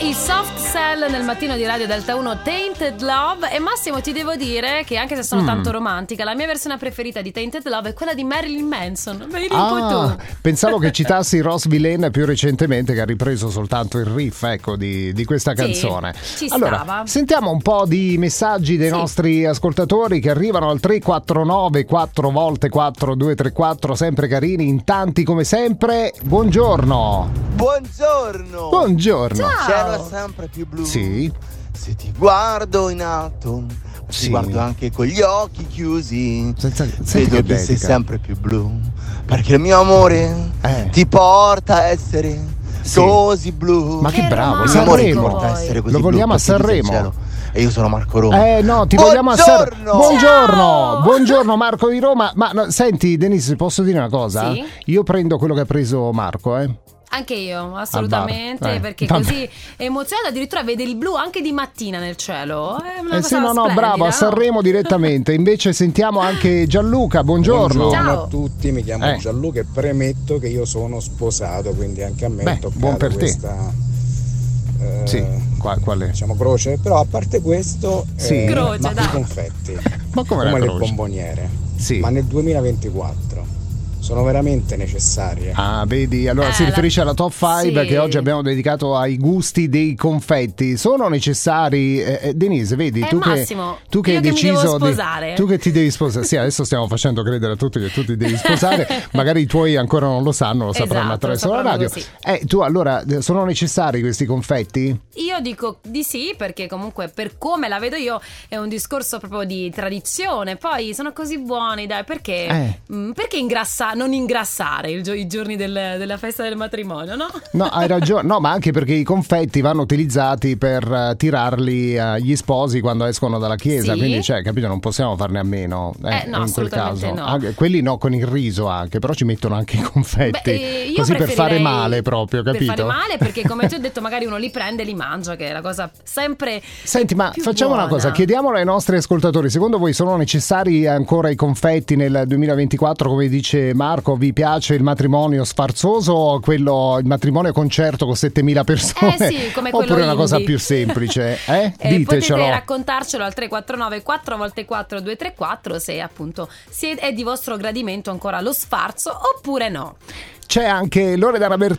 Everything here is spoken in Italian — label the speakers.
Speaker 1: I soft sell nel mattino di Radio Delta 1 Tainted Love e Massimo ti devo dire che anche se sono
Speaker 2: Mm.
Speaker 1: tanto romantica la mia versione preferita di Tainted Love è quella di Marilyn Manson me li dico
Speaker 2: Ah,
Speaker 1: tu
Speaker 2: pensavo che citassi Ross Villain più recentemente che ha ripreso soltanto il riff ecco, di, di questa
Speaker 1: Sì,
Speaker 2: canzone.
Speaker 1: ci
Speaker 2: allora,
Speaker 1: stava.
Speaker 2: sentiamo un po' di messaggi dei
Speaker 1: Sì.
Speaker 2: nostri ascoltatori che arrivano al 349 4 volte 4234, sempre carini, in tanti come sempre. Buongiorno.
Speaker 3: Buongiorno!
Speaker 2: Buongiorno.
Speaker 1: Ciao.
Speaker 3: Cielo è sempre più blu.
Speaker 2: Sì.
Speaker 3: Se ti guardo in alto,
Speaker 2: Sì.
Speaker 3: ti guardo anche con gli occhi chiusi.
Speaker 2: Senza- senti
Speaker 3: vedo
Speaker 2: che
Speaker 3: che sei
Speaker 2: dedica.
Speaker 3: sempre più blu. Perché il mio amore
Speaker 2: Eh.
Speaker 3: ti porta a essere
Speaker 2: Sì.
Speaker 3: così blu.
Speaker 2: Ma che
Speaker 1: Che
Speaker 2: bravo,
Speaker 3: il mio amore ti
Speaker 1: romantico.
Speaker 2: Sanremo.
Speaker 3: porta a essere così
Speaker 2: Lo
Speaker 3: blu,
Speaker 2: vogliamo a
Speaker 3: così dice il
Speaker 2: Sanremo.
Speaker 3: cielo. E io sono Marco Roma.
Speaker 2: Eh no, ti vogliamo a Ser-
Speaker 3: Buongiorno!
Speaker 2: Buongiorno,
Speaker 1: Ciao!
Speaker 2: buongiorno Marco di Roma. Ma no, senti, Denise, posso dire una cosa?
Speaker 1: Sì.
Speaker 2: Io prendo quello che ha preso Marco, eh.
Speaker 1: anche io assolutamente
Speaker 2: bar, eh.
Speaker 1: perché
Speaker 2: Vabbè.
Speaker 1: così emozionata addirittura vede il blu anche di mattina nel cielo è una
Speaker 2: Eh
Speaker 1: cosa
Speaker 2: sì, no, no,
Speaker 1: splendida,
Speaker 2: bravo, a
Speaker 1: no?
Speaker 2: Sanremo direttamente. Invece sentiamo anche Gianluca, buongiorno.
Speaker 1: Ciao.
Speaker 4: a tutti, mi chiamo
Speaker 2: Eh.
Speaker 4: Gianluca e premetto che io sono sposato, quindi anche a me
Speaker 2: Beh,
Speaker 4: è toccata
Speaker 2: buon per te.
Speaker 4: questa eh,
Speaker 2: Sì, qua- quale?
Speaker 4: diciamo croce, però a parte questo
Speaker 2: Sì.
Speaker 4: eh,
Speaker 1: Croce,
Speaker 4: ma
Speaker 1: dai.
Speaker 4: i confetti,
Speaker 2: Ma come la
Speaker 4: come le
Speaker 2: croce?
Speaker 4: bomboniere,
Speaker 2: Sì.
Speaker 4: ma nel 2024 sono veramente necessarie.
Speaker 2: Ah, vedi, allora
Speaker 1: Eh,
Speaker 2: si
Speaker 1: la-
Speaker 2: riferisce alla top 5
Speaker 1: Sì.
Speaker 2: che oggi abbiamo dedicato ai gusti dei confetti. Sono necessari, eh, eh, Denise, vedi,
Speaker 1: Eh,
Speaker 2: tu, che,
Speaker 1: Massimo,
Speaker 2: tu che
Speaker 1: io
Speaker 2: hai
Speaker 1: che mi
Speaker 2: deciso
Speaker 1: devo
Speaker 2: di-
Speaker 1: sposare.
Speaker 2: tu che ti devi sposare. Sì, adesso stiamo facendo credere a tutti che tu ti devi sposare, magari i tuoi ancora non lo sanno, lo sapranno
Speaker 1: Esatto,
Speaker 2: attraverso
Speaker 1: lo
Speaker 2: la
Speaker 1: sapranno
Speaker 2: radio.
Speaker 1: così.
Speaker 2: Eh, tu allora eh, sono necessari questi confetti?
Speaker 1: Io dico di sì perché comunque per come la vedo io è un discorso proprio di tradizione. Poi sono così buoni, dai, perché,
Speaker 2: Eh.
Speaker 1: mm, perché ingrassa- non ingrassare il gio- i giorni del- della festa del matrimonio, no?
Speaker 2: No, hai ragione. No, ma anche perché i confetti vanno utilizzati per eh, tirarli agli sposi quando escono dalla chiesa.
Speaker 1: Sì.
Speaker 2: Quindi, cioè, capito, non possiamo farne a meno.
Speaker 1: Eh, no,
Speaker 2: in quel
Speaker 1: assolutamente
Speaker 2: caso.
Speaker 1: no.
Speaker 2: Anche- quelli no, con il riso anche, però ci mettono anche i confetti.
Speaker 1: Beh, eh, io
Speaker 2: così per
Speaker 1: preferirei-
Speaker 2: fare male proprio, capito?
Speaker 1: Per fare male perché come ti ho detto magari uno li prende e li mangia, che è la cosa sempre...
Speaker 2: Senti, ma
Speaker 1: più
Speaker 2: facciamo una
Speaker 1: buona.
Speaker 2: cosa, chiediamolo ai nostri ascoltatori, secondo voi sono necessari ancora i confetti nel 2024, come dice Marco, vi piace il matrimonio sfarzoso o quello, il matrimonio concerto con 7000 persone?
Speaker 1: Eh sì, come quello
Speaker 2: Oppure una cosa
Speaker 1: indie.
Speaker 2: più semplice, eh?
Speaker 1: Potete
Speaker 2: Ditecelo.
Speaker 1: raccontarcelo al 349 4 volte 4 234 se appunto se è di vostro gradimento ancora lo sfarzo oppure no.
Speaker 2: C'è anche Loredana Bertini